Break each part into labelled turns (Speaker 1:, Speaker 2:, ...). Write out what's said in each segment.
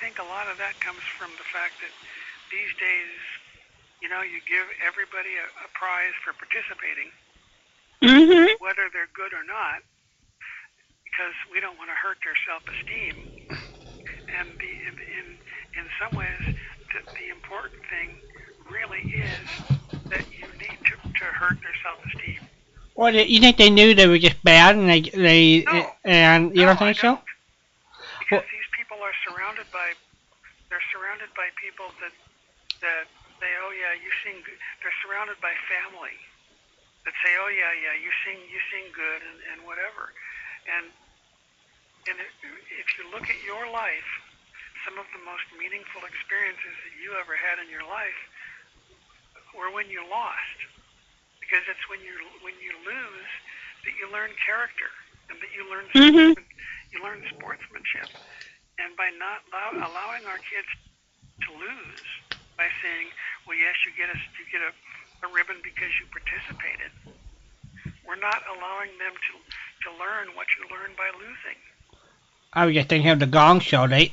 Speaker 1: think a lot of that comes from the fact that these days, you know, you give everybody a, a prize for participating,
Speaker 2: Mm-hmm.
Speaker 1: whether they're good or not, because we don't want to hurt their self-esteem. And the, in, in in some ways, the, the important thing really is that you need to, to hurt their self-esteem.
Speaker 2: Well, do you think they knew they were just bad, and they they
Speaker 1: No.
Speaker 2: and you
Speaker 1: No,
Speaker 2: don't think
Speaker 1: I
Speaker 2: so?
Speaker 1: don't. Because
Speaker 2: Well-
Speaker 1: these people are surrounded by they're surrounded by people that that they oh yeah you sing good. they're surrounded by family that say oh yeah yeah you sing you sing good and, and whatever and and if you look at your life some of the most meaningful experiences that you ever had in your life were when you lost because it's when you when you lose that you learn character and that you learn
Speaker 2: Mhm.
Speaker 1: you learn sportsmanship and by not allow, allowing our kids to lose by saying well yes you get a you get a, a ribbon because you participated we're not allowing them to to learn what you learn by losing
Speaker 2: I was just thinking of the Gong Show. They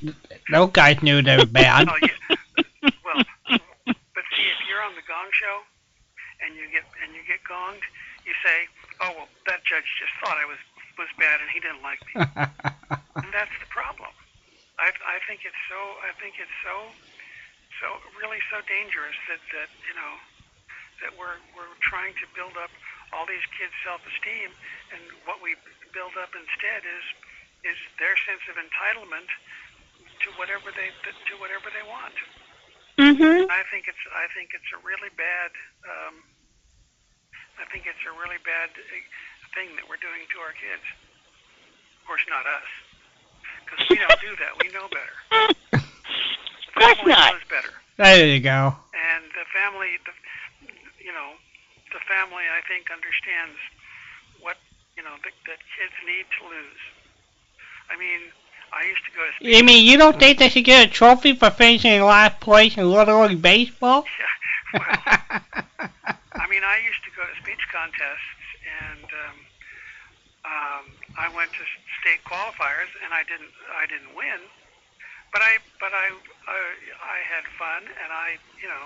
Speaker 2: those guys knew they were bad.
Speaker 1: Oh, yeah. well, but see, if you're on the Gong Show and you get and you get gonged, you say, "Oh well, that judge just thought I was was bad and he didn't like me," and that's the problem. I I think it's so I think it's so so really so dangerous that that you know that we're we're trying to build up all these kids' self-esteem, and what we build up instead is is their sense of entitlement to whatever they to whatever they want.
Speaker 2: mm-hmm.
Speaker 1: I think it's I think it's a really bad um, I think it's a really bad eh, thing that we're doing to our kids. Of course, not us, because we don't do that. We know better.
Speaker 2: Of course
Speaker 1: Family
Speaker 2: not.
Speaker 1: knows better,
Speaker 2: There you go.
Speaker 1: and the family, the, you know, the family I think understands what you know that, that kids need to lose. I mean, I used to go to
Speaker 2: You mean you don't think they should get a trophy for finishing last place in Little League baseball?
Speaker 1: well, I mean, I used to go to speech contests, and um, um, I went to s- state qualifiers, and I didn't, I didn't win, but I, but I, I, I had fun, and I, you know,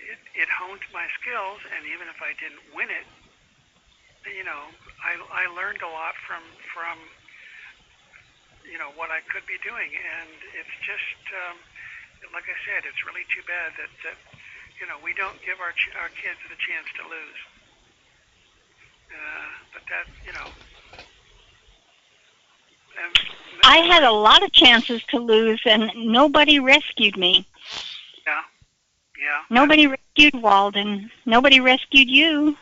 Speaker 1: it, it honed my skills, and even if I didn't win it, you know, I, I learned a lot from, from, you know, what I could be doing, and it's just, um, like I said, it's really too bad that, that you know, we don't give our ch- our kids the chance to lose. Uh, but that, you know, and
Speaker 3: I had a lot of chances to lose, and nobody rescued me.
Speaker 1: yeah,
Speaker 3: Nobody rescued Walden. Nobody rescued you.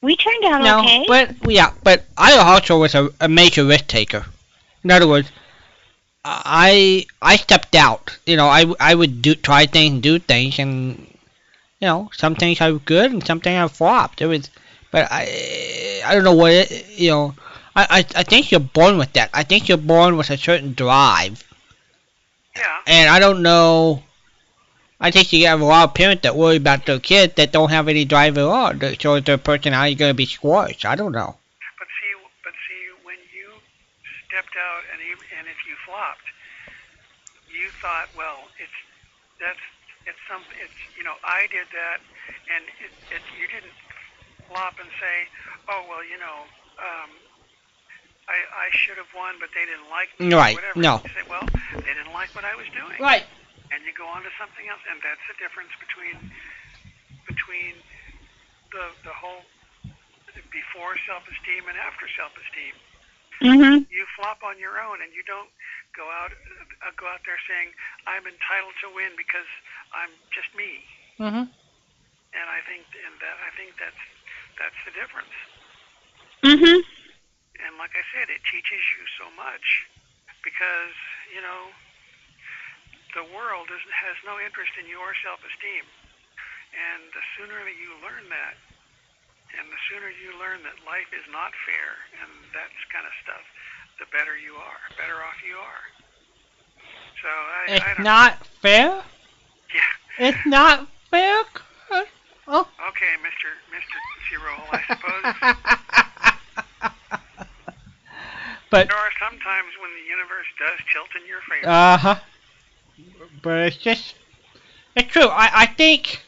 Speaker 3: We turned out
Speaker 2: no,
Speaker 3: okay.
Speaker 2: but yeah, but I also was a, a major risk taker. In other words, I I stepped out. You know, I, I would do try things and do things, and you know, some things I was good and some things I flopped. It was, but I I don't know what it, you know. I, I I think you're born with that. I think you're born with a certain drive,
Speaker 1: yeah,
Speaker 2: and I don't know. I think you have a lot of parents that worry about their kids that don't have any drive at all. So their personality going to be squashed. I don't know.
Speaker 1: but see, but see, when you stepped out and even, and if you flopped, you thought, well, it's that's it's some it's you know I did that, and it, it you didn't flop and say, oh well, you know, um, I I should have won, but they didn't like me. or
Speaker 2: Right,
Speaker 1: Whatever.
Speaker 2: no.
Speaker 1: You say, well, they didn't like what I was doing.
Speaker 2: Right.
Speaker 1: and you go on to something else, and that's the difference between between the the whole before self-esteem and after self-esteem.
Speaker 3: hmm
Speaker 1: You flop on your own, and you don't go out uh, go out there saying I'm entitled to win because I'm just me.
Speaker 2: hmm
Speaker 1: And I think and that I think that's that's the difference.
Speaker 3: hmm
Speaker 1: and like I said, it teaches you so much because you know the world is, has no interest in your self-esteem, and the sooner that you learn that, and the sooner you learn that life is not fair and that kind of stuff, the better you are, better off you are. So I, I
Speaker 2: It's
Speaker 1: don't.
Speaker 2: not fair.
Speaker 1: yeah.
Speaker 2: It's not fair. Chris. Oh.
Speaker 1: Okay, Mr. Mr. Cirol, I suppose.
Speaker 2: but
Speaker 1: There are some times when the universe does tilt in your favor.
Speaker 2: uh huh. but it's just it's true. I, I think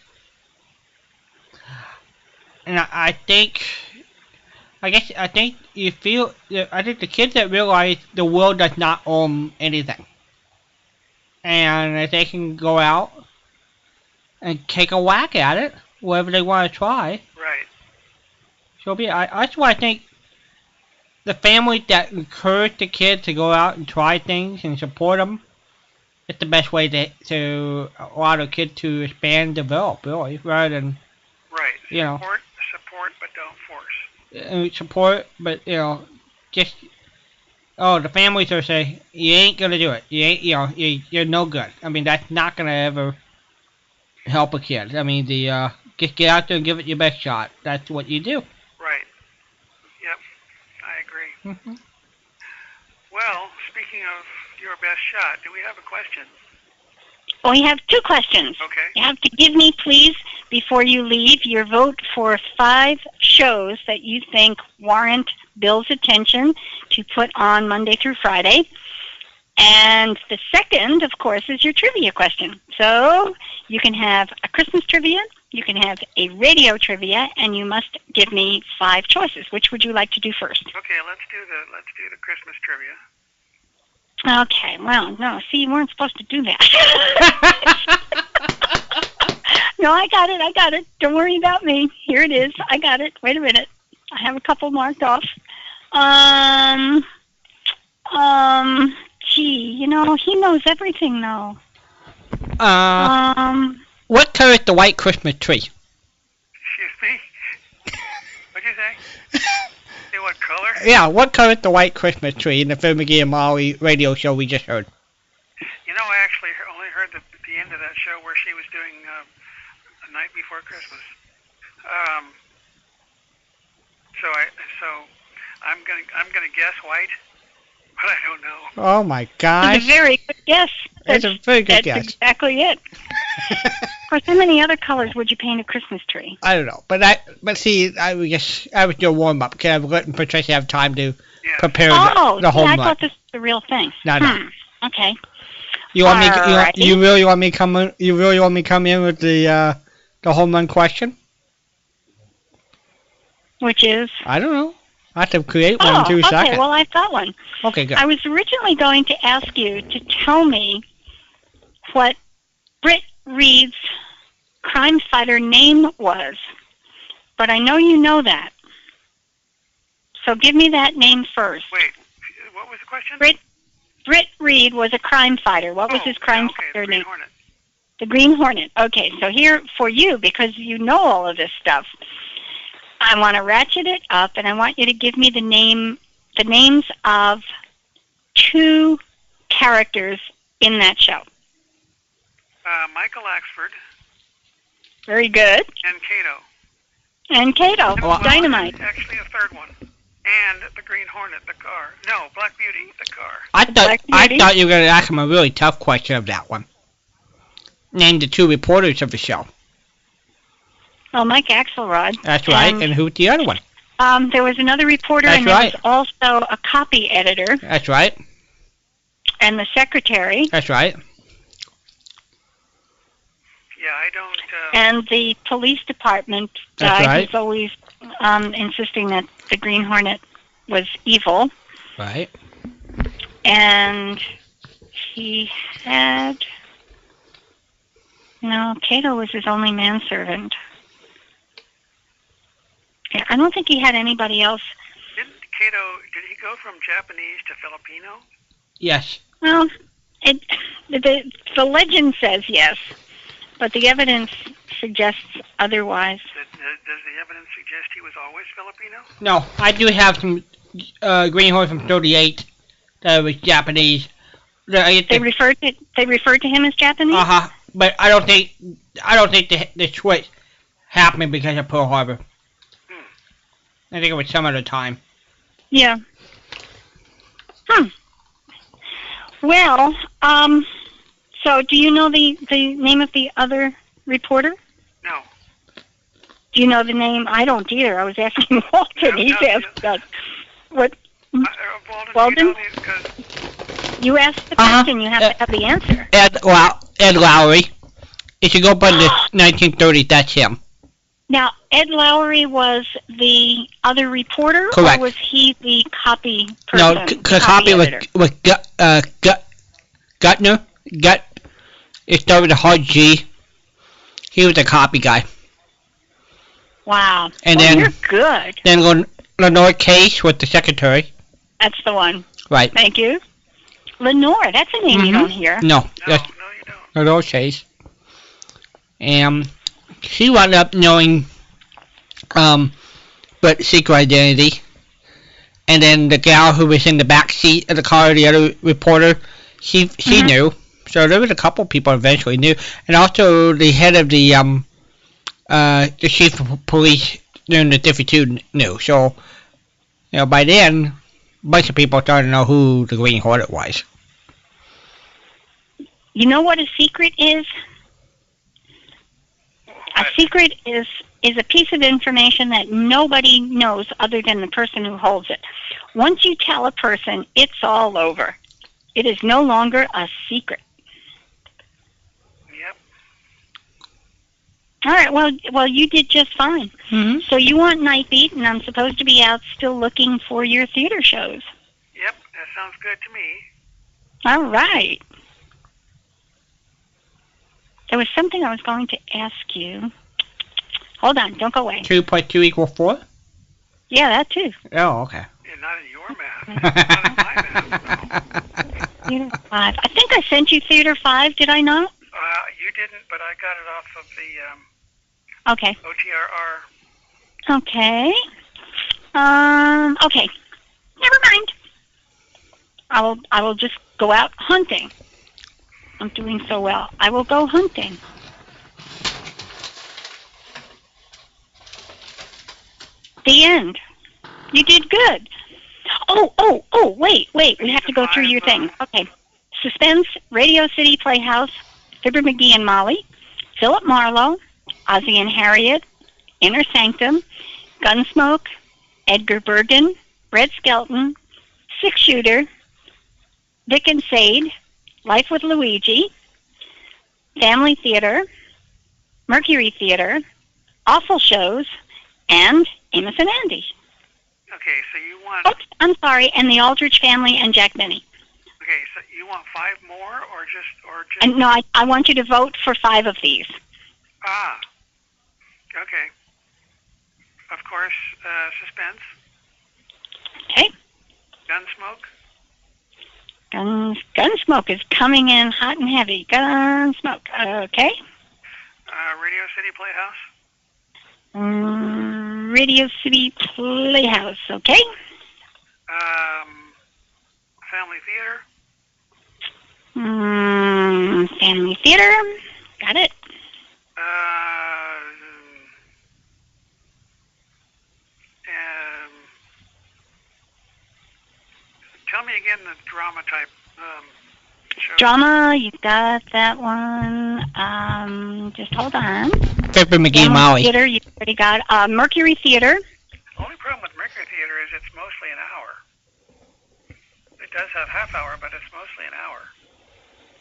Speaker 2: and I, I think I guess I think you feel I think the kids that realize the world does not own anything. And if they can go out and take a whack at it, whatever they want to try,
Speaker 1: Right.
Speaker 2: so be it. I, that's why I think the families that encourage the kids to go out and try things and support them, it's the best way to, to allow the kid to expand, develop, really, rather than
Speaker 1: Right.
Speaker 2: You know.
Speaker 1: Support, support, but don't force.
Speaker 2: uh, support, but you know, just oh, the families are saying you ain't gonna do it. You ain't, you know, you, you're no good. I mean, that's not gonna ever help a kid. I mean, the uh, just get out there and give it your best shot. That's what you do.
Speaker 1: Right. Yep. I agree.
Speaker 2: Mhm.
Speaker 1: Well, speaking of your best shot, do we have a question?
Speaker 3: We have two questions.
Speaker 1: Okay.
Speaker 3: You have to give me, please, before you leave, your vote for five shows that you think warrant Bill's attention to put on Monday through Friday. And the second, of course, is your trivia question. So you can have a Christmas trivia, you can have a radio trivia, and you must give me five choices. Which would you like to do first?
Speaker 1: Okay, let's do the let's do the Christmas trivia.
Speaker 3: Okay, well, no, see, you weren't supposed to do that. no, I got it, I got it. Don't worry about me. Here it is. I got it. Wait a minute. I have a couple marked off. Um, um, gee, you know, he knows everything though.
Speaker 2: Uh,
Speaker 3: Um,
Speaker 2: what color is the white Christmas tree?
Speaker 1: Excuse me. What'd you say? Say what color?
Speaker 2: Yeah, what color is the white Christmas tree in the Fermagee and Molly radio show we just heard?
Speaker 1: You know, I actually he- only heard the, the end of that show where she was doing uh, a night before Christmas. Um, so I so I'm gonna I'm gonna guess white, but I don't know.
Speaker 2: Oh my
Speaker 3: that's a
Speaker 2: gosh,
Speaker 3: very good guess.
Speaker 2: that's a very good
Speaker 3: that's
Speaker 2: guess.
Speaker 3: exactly it. Of course, how many other colors would you paint a Christmas tree?
Speaker 2: I don't know, but I but see, I was just I was doing warm up because I was letting Patricia have time to
Speaker 1: Yeah.
Speaker 2: prepare
Speaker 3: Oh,
Speaker 2: the, the whole
Speaker 3: yeah, I
Speaker 2: month.
Speaker 3: thought this was the real thing.
Speaker 2: No, no.
Speaker 3: Hmm, Okay.
Speaker 2: you want me? You,
Speaker 3: Alrighty.
Speaker 2: want- you really want me come? In, you really want me come in with the uh, the home run question?
Speaker 3: Which is
Speaker 2: I don't know. I have to create one
Speaker 3: Oh,
Speaker 2: in two
Speaker 3: okay.
Speaker 2: seconds.
Speaker 3: Well, I've got one.
Speaker 2: okay, good.
Speaker 3: I was originally going to ask you to tell me what Britt Reed's crime fighter name was, but I know you know that. So give me that name first.
Speaker 1: Wait, what was the question?
Speaker 3: Great Britt Reed was a crime fighter. What was
Speaker 1: Oh,
Speaker 3: his crime
Speaker 1: yeah, okay,
Speaker 3: fighter
Speaker 1: Green
Speaker 3: name?
Speaker 1: Hornet.
Speaker 3: The Green Hornet. Okay, so here for you, because you know all of this stuff, I want to ratchet it up and I want you to give me the name the names of two characters in that show.
Speaker 1: Uh, Michael Axford
Speaker 3: Very good.
Speaker 1: and Cato.
Speaker 3: And Kato,
Speaker 2: Oh,
Speaker 1: There was one-
Speaker 3: Dynamite.
Speaker 1: Actually, a third one. And the Green Hornet, the car. No, Black Beauty, the car.
Speaker 2: I thought
Speaker 3: Black
Speaker 2: I
Speaker 3: Beauty?
Speaker 2: thought you were going to ask him a really tough question of that one. Name the two reporters of the show.
Speaker 3: Oh, Mike Axelrod.
Speaker 2: That's right.
Speaker 3: Um,
Speaker 2: and who's the other one?
Speaker 3: Um, there was another reporter
Speaker 2: That's
Speaker 3: and there
Speaker 2: right.
Speaker 3: was also a copy editor
Speaker 2: That's right.
Speaker 3: and the secretary
Speaker 2: That's right.
Speaker 1: Yeah, I don't. Uh,
Speaker 3: and the police department
Speaker 2: That's
Speaker 3: uh,
Speaker 2: right.
Speaker 3: who's always um, insisting that the Green Hornet was evil.
Speaker 2: Right.
Speaker 3: and he had no cato was his only manservant yeah i don't think he had anybody else
Speaker 1: didn't Cato? Did he go from Japanese to Filipino?
Speaker 2: Yes.
Speaker 3: well it the the legend says yes but the evidence suggests otherwise
Speaker 1: Does, does the evidence suggest he was always Filipino?
Speaker 2: No, I do have some uh, green horn from '38 that was Japanese. The- I get
Speaker 3: they
Speaker 2: the-
Speaker 3: referred to they referred to him as japanese
Speaker 2: Uh huh. But I don't think I don't think the the switch happened because of Pearl Harbor.
Speaker 1: Hmm.
Speaker 2: I think it was some other time.
Speaker 3: Yeah. Hmm. Well, um, so do you know the, the name of the other reporter?
Speaker 1: No.
Speaker 3: Do you know the name? I don't either. I was asking Walter.
Speaker 1: No,
Speaker 3: He's
Speaker 1: no,
Speaker 3: asked us. What
Speaker 1: Uh, uh, Walden,
Speaker 3: Walden?
Speaker 1: You know, because
Speaker 3: you asked the
Speaker 2: Uh-huh.
Speaker 3: question, you have
Speaker 2: Uh,
Speaker 3: to have the answer.
Speaker 2: And well, Ed Lowry. If you go by the 1930s, that's him.
Speaker 3: Now, Ed Lowry was the other reporter,
Speaker 2: Correct.
Speaker 3: or was he the copy person?
Speaker 2: no, c- c- copy with
Speaker 3: editor?
Speaker 2: with Gut, uh, Gut, Gutner. Gut. It started with a hard G. He was a copy guy.
Speaker 3: Wow.
Speaker 2: and
Speaker 3: Well,
Speaker 2: then-
Speaker 3: you're good.
Speaker 2: Then Len- Lenore Case was the secretary.
Speaker 3: That's the one.
Speaker 2: Right.
Speaker 3: Thank you. Lenore, that's a name
Speaker 2: Mhm.
Speaker 3: you don't hear.
Speaker 2: No,
Speaker 1: No,
Speaker 2: that's
Speaker 1: no, you don't.
Speaker 2: Lenore Case. And she wound up knowing, um, but secret identity. And then the gal who was in the back seat of the car, the other reporter, she she
Speaker 3: Mhm.
Speaker 2: knew. So there was a couple people eventually knew, and also the head of the um, uh, the chief of police during the 52 knew. So, you know, by then, a bunch of people started to know who the Green Hornet was.
Speaker 3: You know what a secret is? A
Speaker 1: What?
Speaker 3: secret is is a piece of information that nobody knows other than the person who holds it. Once you tell a person, it's all over. It is no longer a secret.
Speaker 1: Yep.
Speaker 3: All right, well, well, you did just fine.
Speaker 2: Mm-hmm.
Speaker 3: So you want Night Beat, and I'm supposed to be out still looking for your theater shows.
Speaker 1: Yep. That sounds good to me.
Speaker 3: All right. There was something I was going to ask you. Hold on, don't go away.
Speaker 2: 2.2 equal 4?
Speaker 3: Yeah, that too.
Speaker 2: Oh, okay.
Speaker 1: Yeah, not in your math. not in my math. No.
Speaker 3: Theater five. I think I sent you Theater Five, did I not?
Speaker 1: Uh, you didn't, but I got it off of the um,
Speaker 3: Okay.
Speaker 1: OTRR.
Speaker 3: Okay. Um. Okay. Never mind. I will. I will just go out hunting. I'm doing so well. I will go hunting. The end. You did good. Oh, oh, oh! Wait, wait. We have to go through your thing. Okay. Suspense. Radio City Playhouse. Fibber McGee and Molly. Philip Marlowe. Ozzie and Harriet. Inner Sanctum, Gunsmoke, Edgar Bergen, Red Skelton, Six Shooter, Dick and Sade, Life with Luigi, Family Theater, Mercury Theater, Awful Shows, and Amos and Andy.
Speaker 1: Okay, so you want
Speaker 3: Oops, I'm sorry, and the Aldrich Family and Jack Benny.
Speaker 1: okay, so you want five more, or just or just
Speaker 3: And no, I, I want you to vote for five of these.
Speaker 1: ah? Okay. Of course, uh, suspense.
Speaker 3: Okay.
Speaker 1: Gunsmoke.
Speaker 3: Guns, Gunsmoke is coming in hot and heavy. Gunsmoke. Okay.
Speaker 1: Uh, Radio City Playhouse.
Speaker 3: Mm, Radio City Playhouse, okay?
Speaker 1: Um, family Theater.
Speaker 3: Mm, family Theater, got it.
Speaker 1: Uh, um, tell me again the drama type. Um, show.
Speaker 3: Drama, you got that one. Um, just hold on.
Speaker 2: Pepper McGee
Speaker 3: Family
Speaker 2: Molly.
Speaker 3: Theater, you already got. Uh, Mercury Theater,
Speaker 1: Only problem with Mercury Theater is it's mostly an hour. It does have half hour, but it's mostly an hour.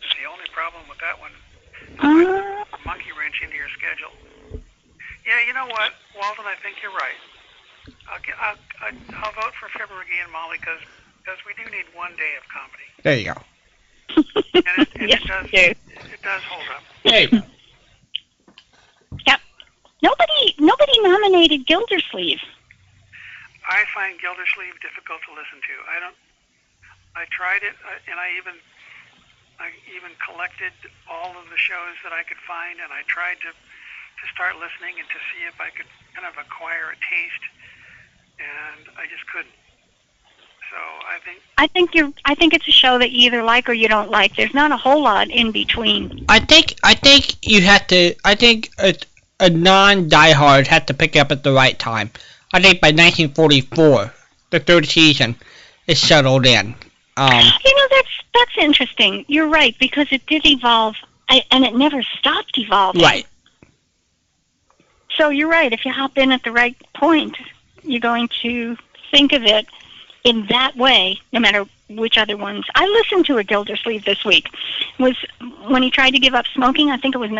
Speaker 1: It's the only problem with that one.
Speaker 3: uh,
Speaker 1: Monkey wrench into your schedule. Yeah, you know what, Walden? I think you're right. I'll get, I'll, I'll, I'll vote for Fibber McGee and Molly because we do need one day of comedy.
Speaker 2: There you go.
Speaker 1: And it, and
Speaker 3: yes,
Speaker 1: it does.
Speaker 3: you do.
Speaker 1: It does hold up.
Speaker 2: There you go.
Speaker 3: Nobody, nobody nominated Gildersleeve.
Speaker 1: I find Gildersleeve difficult to listen to. I don't. I tried it, I- and I even, I even collected all of the shows that I could find, and I tried to, to start listening and to see if I could kind of acquire a taste, and I just couldn't. So I think
Speaker 3: I think you're. I think it's a show that you either like or you don't like. There's not a whole lot in between.
Speaker 2: I think I think you have to. I think a, a non-diehard had to pick it up at the right time. I think by 1944, the third season, it settled in. Um,
Speaker 3: You know, that's that's interesting. You're right because it did evolve, I, and it never stopped evolving.
Speaker 2: right.
Speaker 3: So you're right. If you hop in at the right point, you're going to think of it in that way, no matter which other ones. I listened to a Gildersleeve this week. Was when he tried to give up smoking. I think it was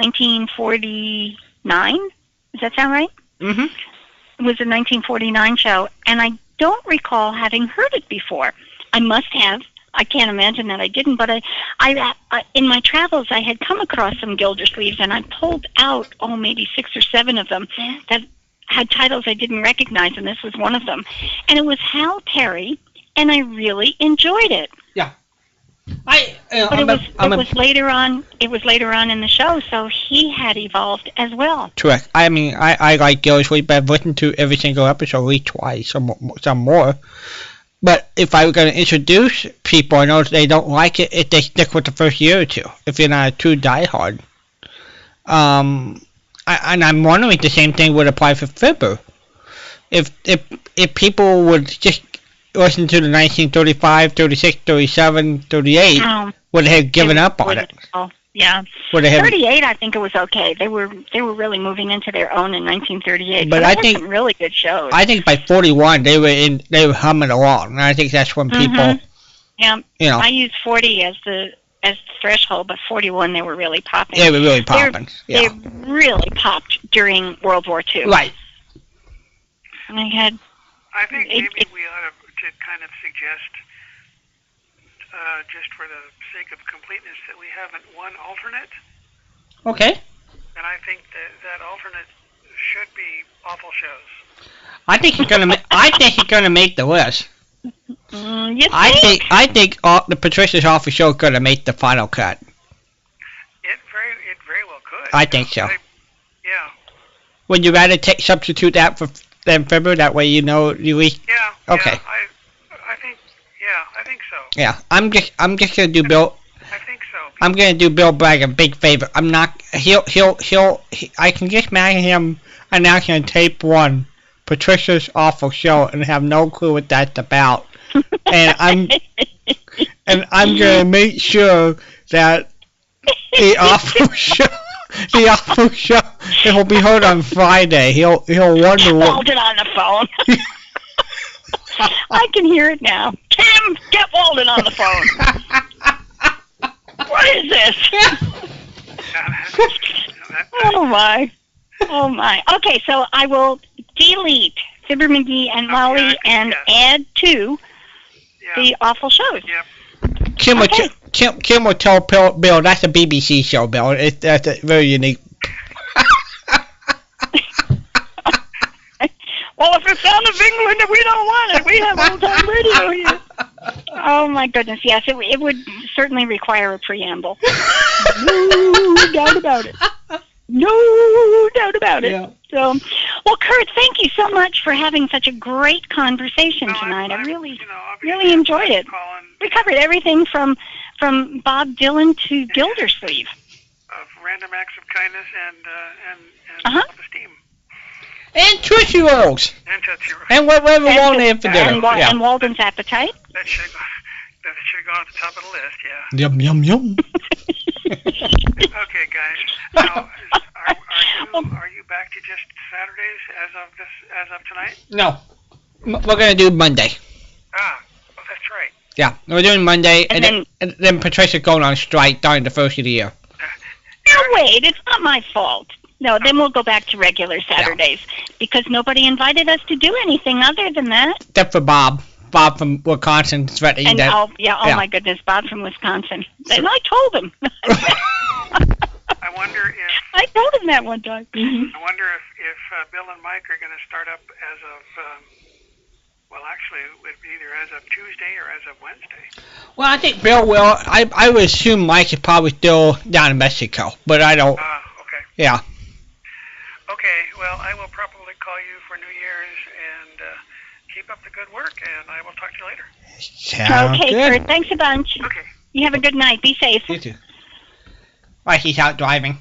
Speaker 3: 1949. Does that sound right?
Speaker 2: Mm-hmm.
Speaker 3: It was a 1949 show, and I don't recall having heard it before. I must have. I can't imagine that I didn't, but I, I, I in my travels, I had come across some Gildersleeves, and I pulled out oh maybe six or seven of them that had titles I didn't recognize, and this was one of them. And it was Hal Perry, and I really enjoyed it.
Speaker 2: I, uh,
Speaker 3: But
Speaker 2: I'm,
Speaker 3: it was
Speaker 2: a, I'm
Speaker 3: it
Speaker 2: a,
Speaker 3: was later on. It was later on in the show, so he had evolved as well.
Speaker 2: Correct. I mean, I, I like Gildersleeve, but I've listened to every single episode at least twice, some, mo- some more. But if I were going to introduce people, I know they don't like it if they stick with the first year or two, if you're not a true diehard. Um, I, and I'm wondering if the same thing would apply for Fibber. If, if, if people would just listen to the 1935, 36, 37, 38,
Speaker 3: Um,
Speaker 2: would they have given up on
Speaker 3: was
Speaker 2: it?
Speaker 3: all- Yeah,
Speaker 2: Would they have,
Speaker 3: 38. I think it was okay. They were they were really moving into their own in 1938.
Speaker 2: But
Speaker 3: So
Speaker 2: I
Speaker 3: they had
Speaker 2: think-
Speaker 3: some really good shows.
Speaker 2: I think by 41 they were in they were humming along, and I think that's when people
Speaker 3: Mhm. yeah,
Speaker 2: you know
Speaker 3: I used 40 as the as the threshold, but 41 they were really popping.
Speaker 2: they were really popping. Yeah,
Speaker 3: They really popped during World War II.
Speaker 2: right.
Speaker 3: And They had
Speaker 1: I think
Speaker 3: It-
Speaker 1: maybe we ought to, to kind of suggest, uh, just for the sake of completeness, that we haven't one alternate,
Speaker 2: Okay.
Speaker 1: and I think that that alternate should be awful shows.
Speaker 2: I think he's gonna. ma- I think he's gonna make the list.
Speaker 3: mm, you
Speaker 2: I think. I think all, the Patricia's office show is gonna make the final cut.
Speaker 1: It very, it very well could.
Speaker 2: I think so.
Speaker 1: yeah,
Speaker 2: Would you rather take substitute that for than February? That way you know you least.
Speaker 1: yeah.
Speaker 2: Okay.
Speaker 1: Yeah, I, I think, yeah, I think so.
Speaker 2: Yeah. I'm just. I'm just gonna do Bill.
Speaker 1: I think so.
Speaker 2: I'm gonna do Bill Bragg a big favor. I'm not. He'll. He'll. He'll. He, I can just imagine him announcing on tape one, Patricia's awful show, and have no clue what that's about. uh, and I'm- And I'm
Speaker 3: Mm-hmm.
Speaker 2: gonna make sure that the awful show, the awful show, it will be heard on Friday. He'll. He'll wonder what.
Speaker 3: Walden on the phone. I can hear it now. Tim, get Walden on the phone. What is this? Oh my. Oh my. Okay, so I will delete Fibber McGee and Molly
Speaker 1: Okay,
Speaker 3: and
Speaker 1: yes.
Speaker 3: add to
Speaker 1: yeah.
Speaker 3: the awful shows.
Speaker 2: Kim will.
Speaker 3: Okay.
Speaker 2: Kim, Kim will tell Bill, Bill that's a BBC show, Bill. It, that's a very unique.
Speaker 3: Well, if it's out of England, we don't want it. We have old time radio here. Oh my goodness, yes, it, it would certainly require a preamble. No doubt about it. No doubt about it.
Speaker 2: Yeah.
Speaker 3: So, well, Kurt, thank you so much for having such a great conversation
Speaker 1: No, Oh, I'm-
Speaker 3: tonight. I
Speaker 1: I'm,
Speaker 3: really
Speaker 1: you know, obviously
Speaker 3: really
Speaker 1: I'm
Speaker 3: enjoyed it.
Speaker 1: Calling
Speaker 3: We covered everything from from Bob Dylan to Gildersleeve.
Speaker 1: of random acts of kindness and uh, and, and
Speaker 3: Uh-huh.
Speaker 1: self-esteem
Speaker 2: And Tootsie Rolls.
Speaker 1: and Tootsie Rolls.
Speaker 2: And whatever
Speaker 3: And-
Speaker 2: won't have for dinner.
Speaker 3: and, Wa-
Speaker 2: yeah.
Speaker 3: and Walden's appetite.
Speaker 1: That should go, that should go on the top of the list. Yeah.
Speaker 2: Yum yum yum.
Speaker 1: Okay, guys. Now, are, are
Speaker 3: Um,
Speaker 1: you are you back to just Saturdays as of this as of tonight?
Speaker 2: No, M- we're gonna do Monday.
Speaker 1: Ah, well, that's right.
Speaker 2: Yeah, we're doing Monday, and,
Speaker 3: And
Speaker 2: then, and then Patricia's going on strike during the first of the year.
Speaker 3: No, wait, it's not my fault. No, then we'll go back to regular Saturdays because nobody invited us to do anything other than that.
Speaker 2: Except for Bob. Bob from Wisconsin threatening
Speaker 3: And
Speaker 2: that.
Speaker 3: oh, yeah, oh
Speaker 2: yeah.
Speaker 3: my goodness, Bob from Wisconsin. And I told him.
Speaker 1: I wonder if
Speaker 3: I told him that one time.
Speaker 2: Mm-hmm.
Speaker 1: I wonder if if uh, Bill and Mike are going to start up as of. Um, well, actually, it would be either as of Tuesday or as of Wednesday.
Speaker 2: Well, I think Bill will. I I would assume Mike is probably still down in Mexico, but I don't.
Speaker 1: Ah, okay.
Speaker 2: Yeah.
Speaker 1: Okay, well, I will probably call you for New Year's and uh, keep up the good work, and I will talk to you later.
Speaker 2: Sounds
Speaker 3: okay,
Speaker 2: good.
Speaker 3: Kurt, thanks a bunch.
Speaker 1: Okay.
Speaker 3: You have a good night. Be safe.
Speaker 2: You too. Right, he's out driving.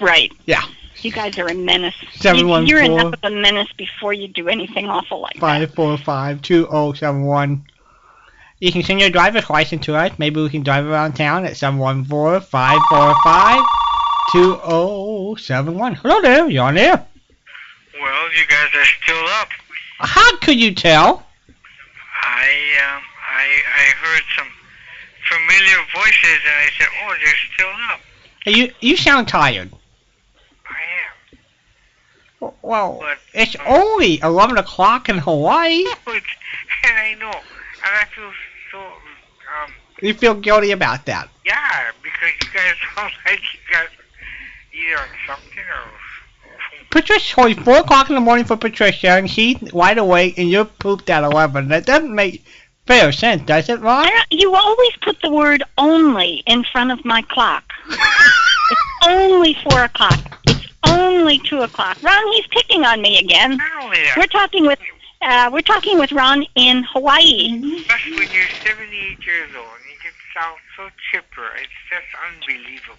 Speaker 3: Right.
Speaker 2: Yeah.
Speaker 3: You guys are a menace.
Speaker 2: Seven
Speaker 3: You-
Speaker 2: one
Speaker 3: You're
Speaker 2: four-
Speaker 3: enough of a menace before you do anything awful like that.
Speaker 2: Five four five two oh seven one. You can send your driver's license to us. Maybe we can drive around town at seven one four five four five two oh seven one. Hello there, you on there?
Speaker 1: Well, you guys are still up.
Speaker 2: How could you tell?
Speaker 1: I um,
Speaker 4: I I heard some familiar voices, and I said, "Oh, they're still up."
Speaker 2: Hey, You you sound tired.
Speaker 4: I am.
Speaker 2: W- Well,
Speaker 4: But-
Speaker 2: it's only eleven o'clock in Hawaii.
Speaker 4: It's- and I know, and I feel so um
Speaker 2: You feel guilty about that.
Speaker 4: yeah because you guys sound like you guys either on something or
Speaker 2: Patricia, it's four o'clock in the morning for Patricia, and she's wide awake, and you're pooped at eleven. That doesn't make fair sense, does it, Ron?
Speaker 3: I don't, you always put the word only in front of my clock. It's only 4 o'clock. It's only 2 o'clock. Ron, he's picking on me again.
Speaker 4: not only that.
Speaker 3: We're talking with uh, we're talking with Ron in Hawaii.
Speaker 4: Plus, when you're 78 years old and you can sound so chipper, it's just unbelievable.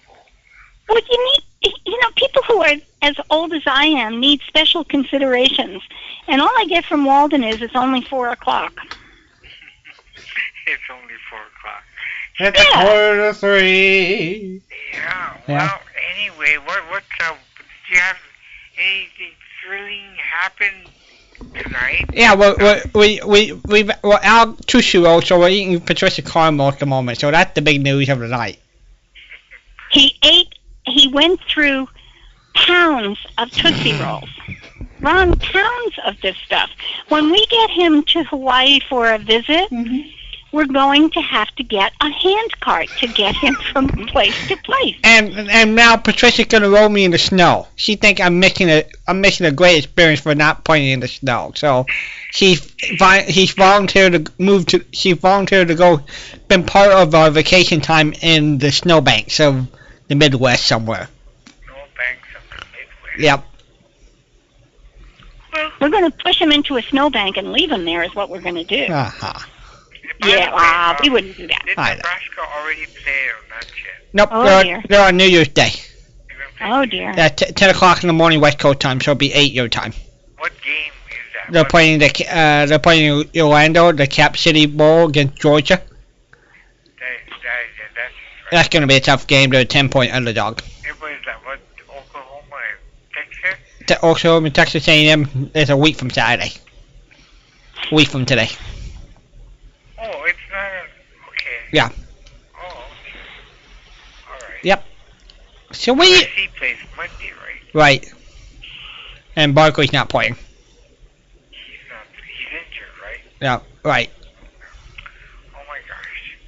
Speaker 3: Well, you need you know people who are as old as I am need special considerations, and all I get from Walden is it's only four o'clock.
Speaker 4: It's only 4 o'clock.
Speaker 2: It's
Speaker 3: Yeah.
Speaker 2: quarter to three.
Speaker 4: Yeah,
Speaker 2: Yeah.
Speaker 4: well, anyway, what, what's up? Did you have anything thrilling happen tonight?
Speaker 2: Yeah, well, we we we we we're out two rolls, so we're eating Patricia caramel at the moment. So that's the big news of the night.
Speaker 3: He ate he went through pounds of tootsie rolls. Ron, pounds of this stuff. When we get him to Hawaii for a visit,
Speaker 2: Mm-hmm.
Speaker 3: we're going to have to get a hand cart to get him from place to place.
Speaker 2: And and now Patricia's gonna roll me in the snow. She think I'm missing a I'm missing a great experience for not playing in the snow. So she vi- he's volunteered to move to she volunteered to go been part of our vacation time in the snowbanks of the Midwest somewhere.
Speaker 4: No banks of the Midwest.
Speaker 2: Yep.
Speaker 3: We're going to push him into a snowbank and leave him there is what we're going to do.
Speaker 2: Uh-huh.
Speaker 4: By
Speaker 3: Yeah,
Speaker 4: the way,
Speaker 3: uh,
Speaker 4: um,
Speaker 3: we wouldn't do that.
Speaker 4: Did
Speaker 2: Hi.
Speaker 4: Nebraska already play or not yet?
Speaker 2: Nope.
Speaker 3: Oh,
Speaker 2: they're,
Speaker 3: dear.
Speaker 2: they're on New Year's Day.
Speaker 4: They haven't played
Speaker 3: Oh
Speaker 4: yet.
Speaker 3: dear.
Speaker 2: Uh, t- Ten o'clock in the morning West Coast time, so it'll be eight your time.
Speaker 4: What game is that?
Speaker 2: They're
Speaker 4: What-
Speaker 2: playing the Ca- uh, they're playing Orlando, the Cap City Bowl against Georgia.
Speaker 4: that- that- that's right.
Speaker 2: That's gonna be a tough game. They're a ten point underdog.
Speaker 4: Everybody's like, what, Oklahoma and Texas?
Speaker 2: Te- also in Texas A&M is um, a week from Saturday. Week from today.
Speaker 4: Oh, it's not. A, okay.
Speaker 2: Yeah.
Speaker 4: Oh. Okay. All right.
Speaker 2: Yeah. So we
Speaker 4: USC plays Monday, right?
Speaker 2: right. And Barkley's not playing.
Speaker 4: He's not. He's injured, right?
Speaker 2: Yeah, right.
Speaker 4: Oh my gosh.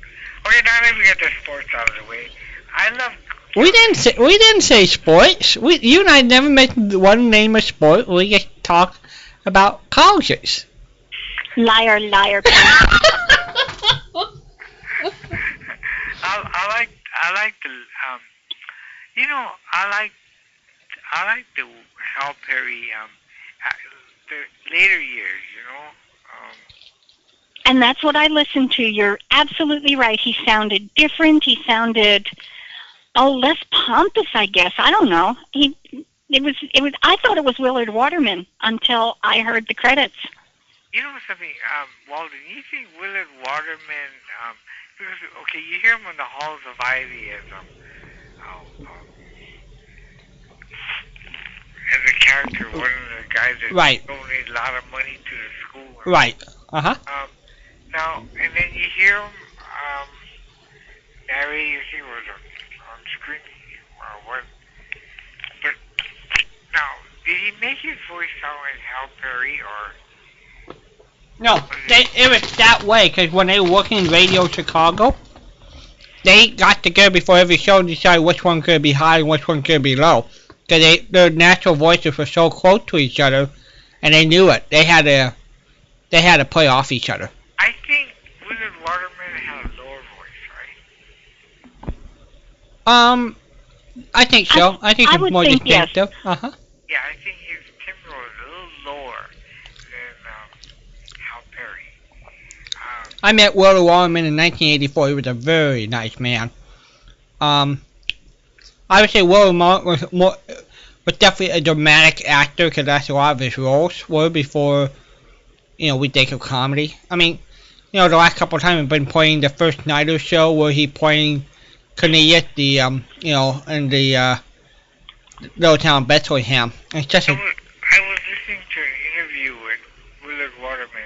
Speaker 4: Okay, now that we get the sports out of the way, I love.
Speaker 2: We didn't say we didn't say sports. We you and I never mentioned one name of sport. We just talk about colleges.
Speaker 3: Liar, liar.
Speaker 4: I, I like. I like the. Um. You know, I like. I like the Hal Perry. Um. uh, The later years, you know. Um.
Speaker 3: And that's what I listened to. You're absolutely right. He sounded different. He sounded oh less pompous, I guess. I don't know. He it was it was I thought it was Willard Waterman until I heard the credits.
Speaker 4: You know something, um, Walden, you think Willard Waterman, um, because, okay, you hear him on the Halls of Ivy as, um, um, um, as a character, one of the guys that
Speaker 2: Right.
Speaker 4: donated a lot of money to the school.
Speaker 2: Right. Uh huh.
Speaker 4: Um, now, and then you hear him, um, narrate, you see was on, on screen, or what, but, now, did he make his voice sound like Hal Perry, or...
Speaker 2: No, they, it was that way because when they were working in Radio Chicago, they got together before every show to decide which one could be high and which one could be low. Because they their natural voices were so close to each other, and they knew it. They had to they had to play off each other.
Speaker 4: I think Willard Waterman had a lower voice, right?
Speaker 2: Um, I think so. I, think
Speaker 3: I
Speaker 2: it's
Speaker 3: would
Speaker 2: more
Speaker 3: think yes.
Speaker 2: distinctive. Uh huh.
Speaker 4: Yeah, I think his timbre was a little lower than um, Hal Perry. Um,
Speaker 2: I met Willie Waterman in 1984. He was a very nice man. Um, I would say Willie Waterman was more was definitely a dramatic actor because that's a lot of his roles were before, you know, we think of comedy. I mean, you know, the last couple of times I've been playing the first Nighter show where he playing Cornelius, the um, you know, in the uh, little town of Bethlehem. It's just
Speaker 4: I,
Speaker 2: a,
Speaker 4: was, I was listening to an interview with Willard Waterman,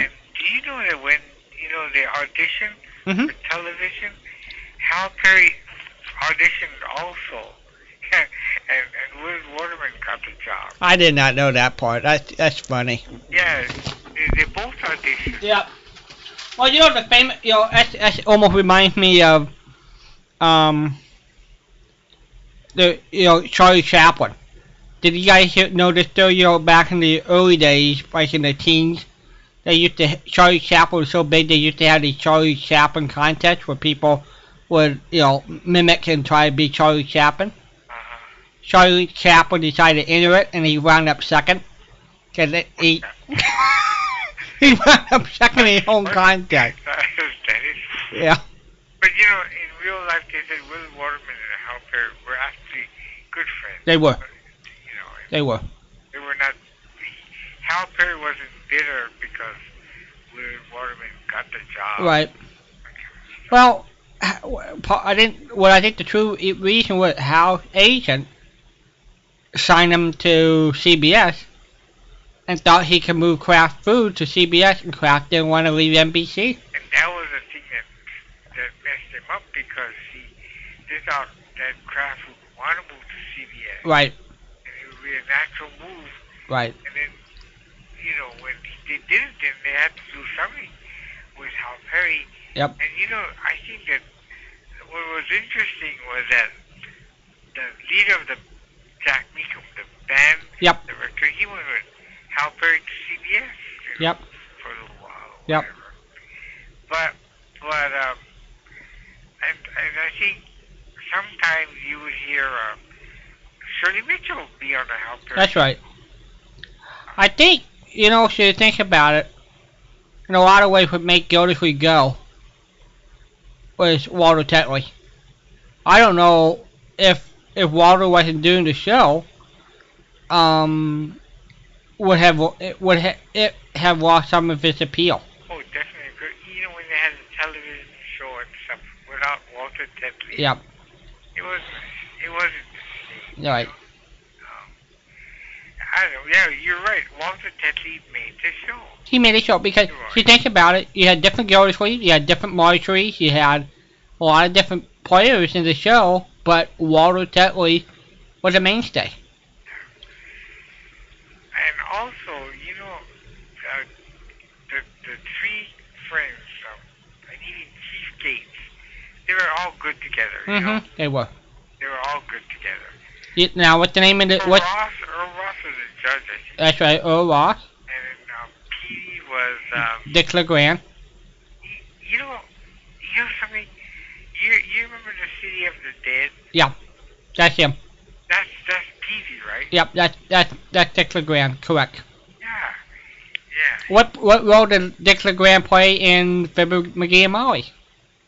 Speaker 4: and do you know that when, you know, audition
Speaker 2: hmm
Speaker 4: for television. Hal Perry auditioned also, and, and Liz Waterman got the job.
Speaker 2: I did not know that part. That's that's funny.
Speaker 4: Yeah, they, they both auditioned.
Speaker 2: Yep. Well, you know the famous, you know, that's, that's almost reminds me of, um, the you know Charlie Chaplin. Did you guys hear- notice though? You know, back in the early days, like in the teens, they used to Charlie Chaplin was so big they used to have these Charlie Chaplin contests where people would you know mimic and try to be Charlie Chaplin.
Speaker 4: Uh-huh.
Speaker 2: Charlie Chaplin decided to enter it, and he wound up second. Cause it, he he wound up second in his own contest.
Speaker 4: That is, that is.
Speaker 2: Yeah.
Speaker 4: But you know, in real life, they said Liz Waterman and Hal Perry were actually good friends.
Speaker 2: They were.
Speaker 4: You know, and
Speaker 2: They were.
Speaker 4: they were not. Hal Perry wasn't bitter because Liz Waterman got the job.
Speaker 2: Right. Well, h- w- pa- I think what I think the true e- reason was how agent signed him to CBS and thought he could move Kraft Food to CBS, and Kraft didn't want to leave NBC.
Speaker 4: And that was the thing that that messed him up because he they thought that Kraft would want to move to CBS.
Speaker 2: Right.
Speaker 4: And it would be a natural move.
Speaker 2: Right.
Speaker 4: And then, you know, when they didn't, then they had to do something with Hal Perry.
Speaker 2: Yep.
Speaker 4: And you know, I think that what was interesting was that the leader of the Jack Meekum, the band
Speaker 2: Yep.
Speaker 4: director, he went with Hal Perry to CBS. you know,
Speaker 2: Yep.
Speaker 4: For a little while. or
Speaker 2: Yep.
Speaker 4: Whatever. But but um, and and I think sometimes you would hear um, Shirley Mitchell be on the Hal Perry.
Speaker 2: That's right. I think, you know, if you think about it, in a lot of ways what made Gildersleeve go was Walter Tetley. I don't know if if Walter wasn't doing the show, um, would have it would ha- it have lost some of its appeal.
Speaker 4: Oh, definitely. agree. You know, when they had the television show and stuff without Walter Tetley.
Speaker 2: Yep,
Speaker 4: It was. It wasn't the same.
Speaker 2: you're right.
Speaker 4: Um, I don't know. Yeah, you're right. Walter Tetley made the show.
Speaker 2: He made a show because if you think about it, you had different Gildersleeve, you had different Marjories, you had a lot of different players in the show, but Walter Tetley was a mainstay.
Speaker 4: And also, you know, uh, the the three friends, um, and even Chief Gates, they were all good together. You know,
Speaker 2: hmm They were.
Speaker 4: they were all good together.
Speaker 2: You- Now, what's the name of the
Speaker 4: Earl
Speaker 2: what? Uh.
Speaker 4: Ross, Earl Ross was a judge, I think,
Speaker 2: That's right, Earl Ross,
Speaker 4: and um, Petey was. Um,
Speaker 2: Dick LeGrand.
Speaker 4: y- you know, you know something. You you remember the City of the Dead?
Speaker 2: That's him.
Speaker 4: That's that's Petey, right?
Speaker 2: Yep, that's that's that's Dick LeGrand. Correct.
Speaker 4: Yeah, yeah.
Speaker 2: What what role did Dick LeGrand play in Fibber McGee and Molly?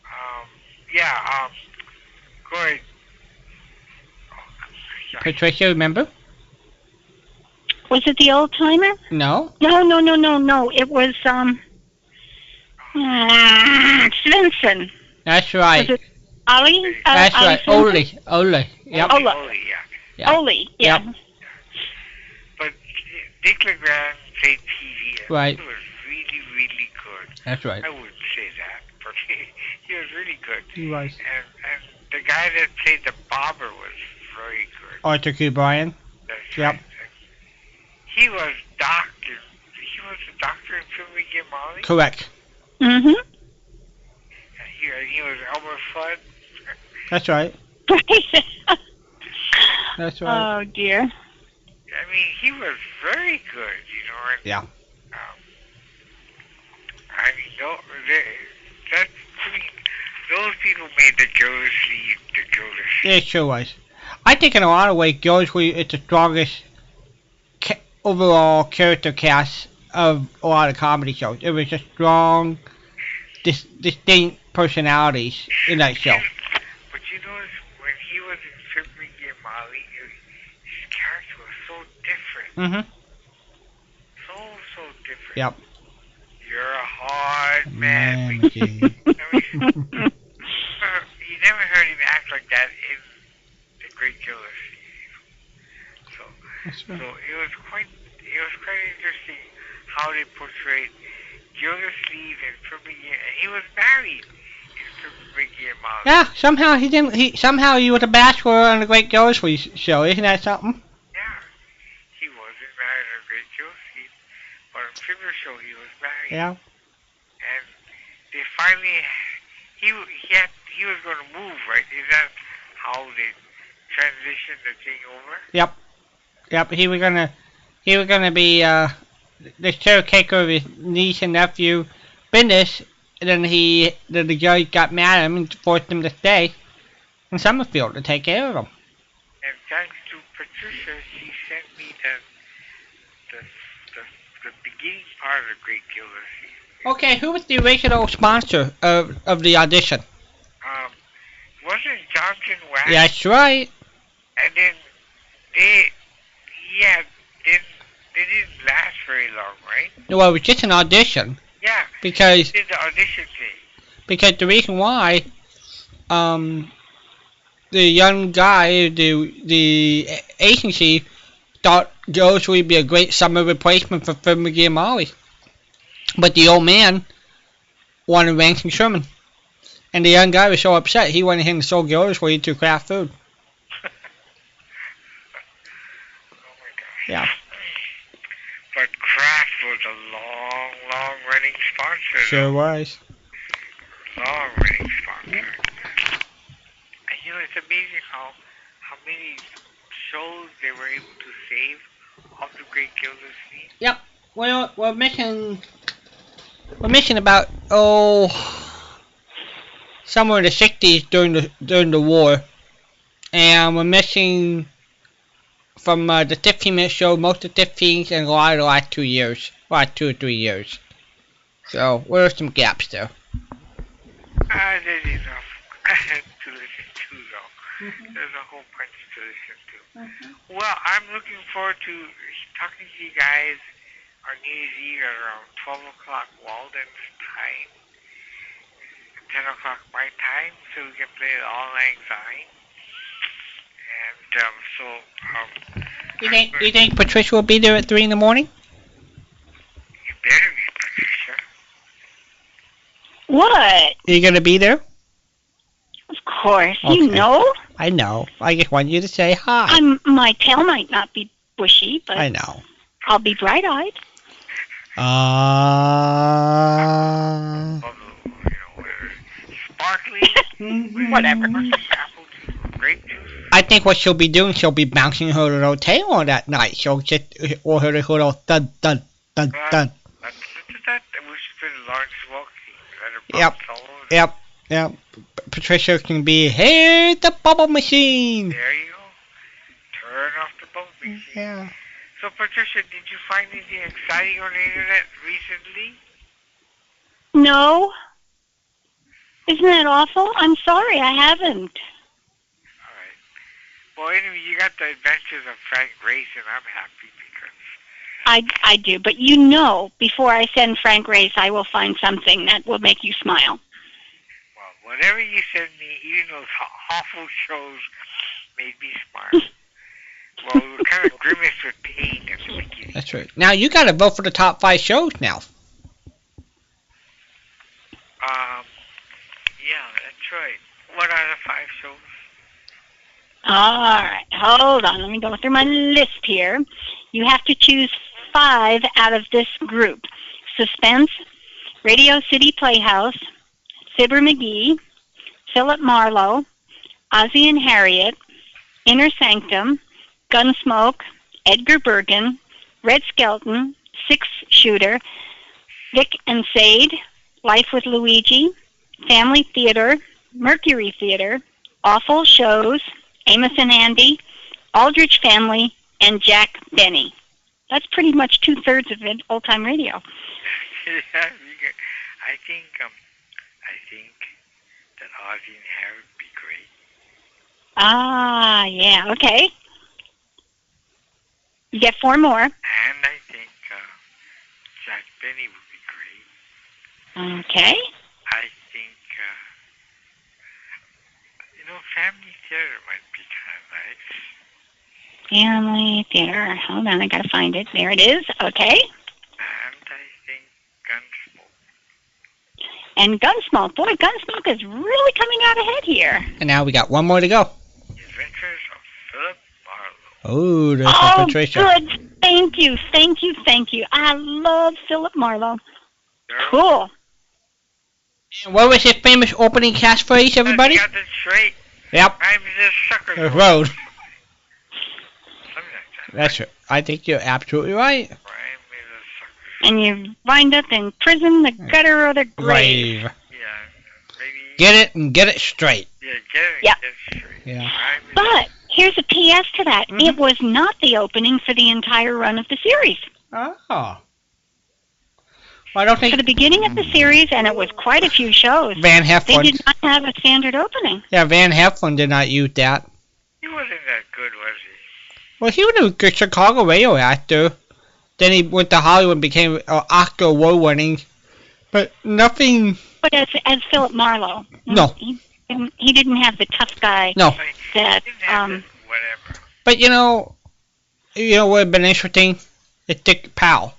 Speaker 4: Um, yeah. Um, Corey. Oh, sorry.
Speaker 2: Patricia, remember?
Speaker 3: Was it the old timer?
Speaker 2: No.
Speaker 3: No, no, no, no, no. It was um mm, Svensson.
Speaker 2: That's right.
Speaker 3: Was it Ollie? Uh,
Speaker 2: That's
Speaker 3: Ollie
Speaker 2: right.
Speaker 3: Svensson?
Speaker 2: Oli. Oli. Yep.
Speaker 3: Oh,
Speaker 4: Holy,
Speaker 3: look.
Speaker 4: holy, yeah.
Speaker 2: Yeah.
Speaker 3: Oli, yeah.
Speaker 2: Yep.
Speaker 4: But Dick LeGrand played TV. and
Speaker 2: Right.
Speaker 4: He was really, really good.
Speaker 2: That's right.
Speaker 4: I wouldn't say that, but he, he was really good.
Speaker 2: He was.
Speaker 4: And and the guy that played the bobber was very good.
Speaker 2: Arthur Q. Bryan.
Speaker 4: That's
Speaker 2: Oh, Yep.
Speaker 4: right. He was doctor. He was a doctor in Filmmaking Molly.
Speaker 2: Correct.
Speaker 3: Mm-hmm.
Speaker 4: He, he was Elmer Fudd.
Speaker 2: That's right. That's right.
Speaker 3: oh dear.
Speaker 4: I mean, he was very good, you know. And,
Speaker 2: Yeah.
Speaker 4: Um, I mean, no, they, that, I mean, those people made the Joe's leave the Joe's.
Speaker 2: it sure was. I think in a lot of ways, Gildersleeve is the strongest ca- overall character cast of a lot of comedy shows. It was just strong, dis- distinct personalities in that show.
Speaker 4: But you notice when he was in Fibri Molly, his character was so different,
Speaker 2: Mm-hmm.
Speaker 4: so so different.
Speaker 2: Yep.
Speaker 4: You're a hard man.
Speaker 2: Man, gee.
Speaker 4: I mean, uh, you never heard him act like that in the Great Joe's. So.
Speaker 2: That's
Speaker 4: So
Speaker 2: right.
Speaker 4: it was quite it was quite interesting how they portrayed Joseph Steve and Purple Gear, and he was married in Purple Gear Mom.
Speaker 2: Yeah, somehow he didn't. He somehow he was a bachelor on the Great Ghostly Show. Isn't that something?
Speaker 4: Yeah. He wasn't married on Great Josie, but on Purple Show he was married.
Speaker 2: Yeah.
Speaker 4: And they finally, he w- he had, he was going to move, right? Is that how they transitioned the thing over?
Speaker 2: Yep. Yep. He was gonna. He was gonna be uh, the caretaker of his niece and nephew, business. And then he, then the judge got mad at him and forced him to stay in Summerfield to take care of him.
Speaker 4: And thanks to Patricia, she sent me the the the, the beginning part of the Great Gildersleeve.
Speaker 2: Okay, who was the original sponsor of of the audition?
Speaker 4: Um, wasn't Johnson Wax?
Speaker 2: That's right.
Speaker 4: And then they, yeah, they, they didn't last very long, right?
Speaker 2: Well, it was just an audition
Speaker 4: Yeah,
Speaker 2: because
Speaker 4: they did the audition thing.
Speaker 2: because the reason why um the young guy the the agency thought Joe's would be a great summer replacement for Fred McGee Molly. But the old man wanted Rankin Sherman. And the young guy was so upset he wanted him to sell Gillis way to craft food.
Speaker 4: Oh my gosh.
Speaker 2: Yeah.
Speaker 4: But Kraft was a long, long running sponsor.
Speaker 2: Sure was.
Speaker 4: though. Long running sponsor. And you know, it's amazing how how many shows they were able to save off the Great Gildersleeve.
Speaker 2: Well we're missing we're missing about oh somewhere in the sixties during the during the war. And we're missing from uh, the fifteen minute show most of the fifteens and a lot of the last two years. Last two or three years. So where are some gaps there?
Speaker 4: I did enough to listen to, though. There's a whole bunch to listen to. Well, I'm looking forward to talking to you guys on New Year's Eve at around 12 o'clock Walden's time, 10 o'clock my time, so we can play the All Lang Syne. And um, so, um,
Speaker 2: You think you think Patricia will be there at three in the morning?
Speaker 4: you better be, Patricia.
Speaker 3: What?
Speaker 2: Are you gonna be there?
Speaker 3: Of course, you
Speaker 2: Okay.
Speaker 3: know.
Speaker 2: I know. I just want you to say hi.
Speaker 3: I'm, my tail might not be bushy, but
Speaker 2: I know.
Speaker 3: I'll be bright-eyed.
Speaker 2: Uh,
Speaker 4: Although, you know, whether it's sparkling,
Speaker 3: Whatever.
Speaker 4: apple juice, or grape juice.
Speaker 2: I think what she'll be doing, she'll be bouncing her little tail on that night. She'll just, or her little thud, thud, thud, thud.
Speaker 4: That's, that's, that, we should play the Lawrence Welkie. Let her
Speaker 2: Yep.
Speaker 4: bounce all over.
Speaker 2: Yep, yep. P- Patricia can be, hey, the bubble machine.
Speaker 4: There you go. Turn off the boat machine.
Speaker 2: Yeah.
Speaker 4: So, Patricia, did you find anything exciting on the internet recently?
Speaker 3: No. Isn't that awful? I'm sorry, I haven't.
Speaker 4: All right. Well, anyway, you got the adventures of Frank Grace, and I'm happy because
Speaker 3: I, I do, but you know, before I send Frank Race, I will find something that will make you smile.
Speaker 4: well, whatever you send me, even those aw- awful shows made me smile. well, we were kind of grimaced with pain at the beginning.
Speaker 2: That's right. Now you gotta vote for the top five shows now.
Speaker 4: Um, yeah, that's right. What are the five shows?
Speaker 3: All right, hold on. Let me go through my list here. You have to choose five out of this group Suspense, Radio City Playhouse, Fibber McGee, Philip Marlowe, Ozzie and Harriet, Inner Sanctum, Gunsmoke, Edgar Bergen, Red Skelton, Six Shooter, Vic and Sade, Life with Luigi, Family Theater, Mercury Theater, Awful Shows, Amos and Andy, Aldrich Family, and Jack Benny. That's pretty much two thirds of it, old time radio.
Speaker 4: yeah, you get- I think um, I think that Ozzy and Harry would be great.
Speaker 3: Ah, yeah, okay. You get four more.
Speaker 4: And I think uh, Jack Benny would be great.
Speaker 3: Okay.
Speaker 4: I think, uh, you know, Family Theater might be kind of nice.
Speaker 3: Family theater. Hold on, I gotta find it. There it is. Okay.
Speaker 4: And I think Gunsmoke.
Speaker 3: and Gunsmoke. Boy, Gunsmoke is really coming out ahead here.
Speaker 2: And now we got one more to go.
Speaker 4: Adventures of Philip Marlowe.
Speaker 2: Oh, there's
Speaker 3: oh,
Speaker 2: a Patricia.
Speaker 3: good. Thank you, thank you, thank you. I love Philip Marlowe. Cool.
Speaker 2: And what was his famous opening catchphrase, everybody?
Speaker 4: Got this straight.
Speaker 2: Yep.
Speaker 4: I'm this sucker.
Speaker 3: Uh,
Speaker 2: The road.
Speaker 4: Something like that.
Speaker 2: That's right. I think you're absolutely right.
Speaker 4: I'm this sucker.
Speaker 3: And you wind up in prison, the gutter, or the
Speaker 2: Brave.
Speaker 3: grave.
Speaker 4: Yeah. Maybe.
Speaker 2: Get it and get it straight.
Speaker 4: Yeah. Get it.
Speaker 3: Yeah.
Speaker 4: That's straight.
Speaker 2: Yeah.
Speaker 4: I'm in
Speaker 3: But here's a PS to that.
Speaker 2: Mhm.
Speaker 3: It was not the opening for the entire run of the series.
Speaker 2: Oh. Well, I don't
Speaker 3: For
Speaker 2: think
Speaker 3: the beginning of the
Speaker 2: Mm.
Speaker 3: series, and it was quite a few shows.
Speaker 2: Van
Speaker 3: They
Speaker 2: Heflin.
Speaker 3: did not have a standard opening.
Speaker 2: Yeah, Van Heflin did not use that.
Speaker 4: He wasn't that good, was he?
Speaker 2: Well, he was a good Chicago radio actor. Then he went to Hollywood and became an Oscar award winning. But nothing.
Speaker 3: But as as Philip Marlowe,
Speaker 2: No.
Speaker 3: he didn't, he didn't have the tough guy
Speaker 2: No.
Speaker 4: Like,
Speaker 3: that.
Speaker 4: he didn't have
Speaker 3: Um,
Speaker 4: this whatever.
Speaker 2: But you know, you know what would have been interesting? Is Dick Powell.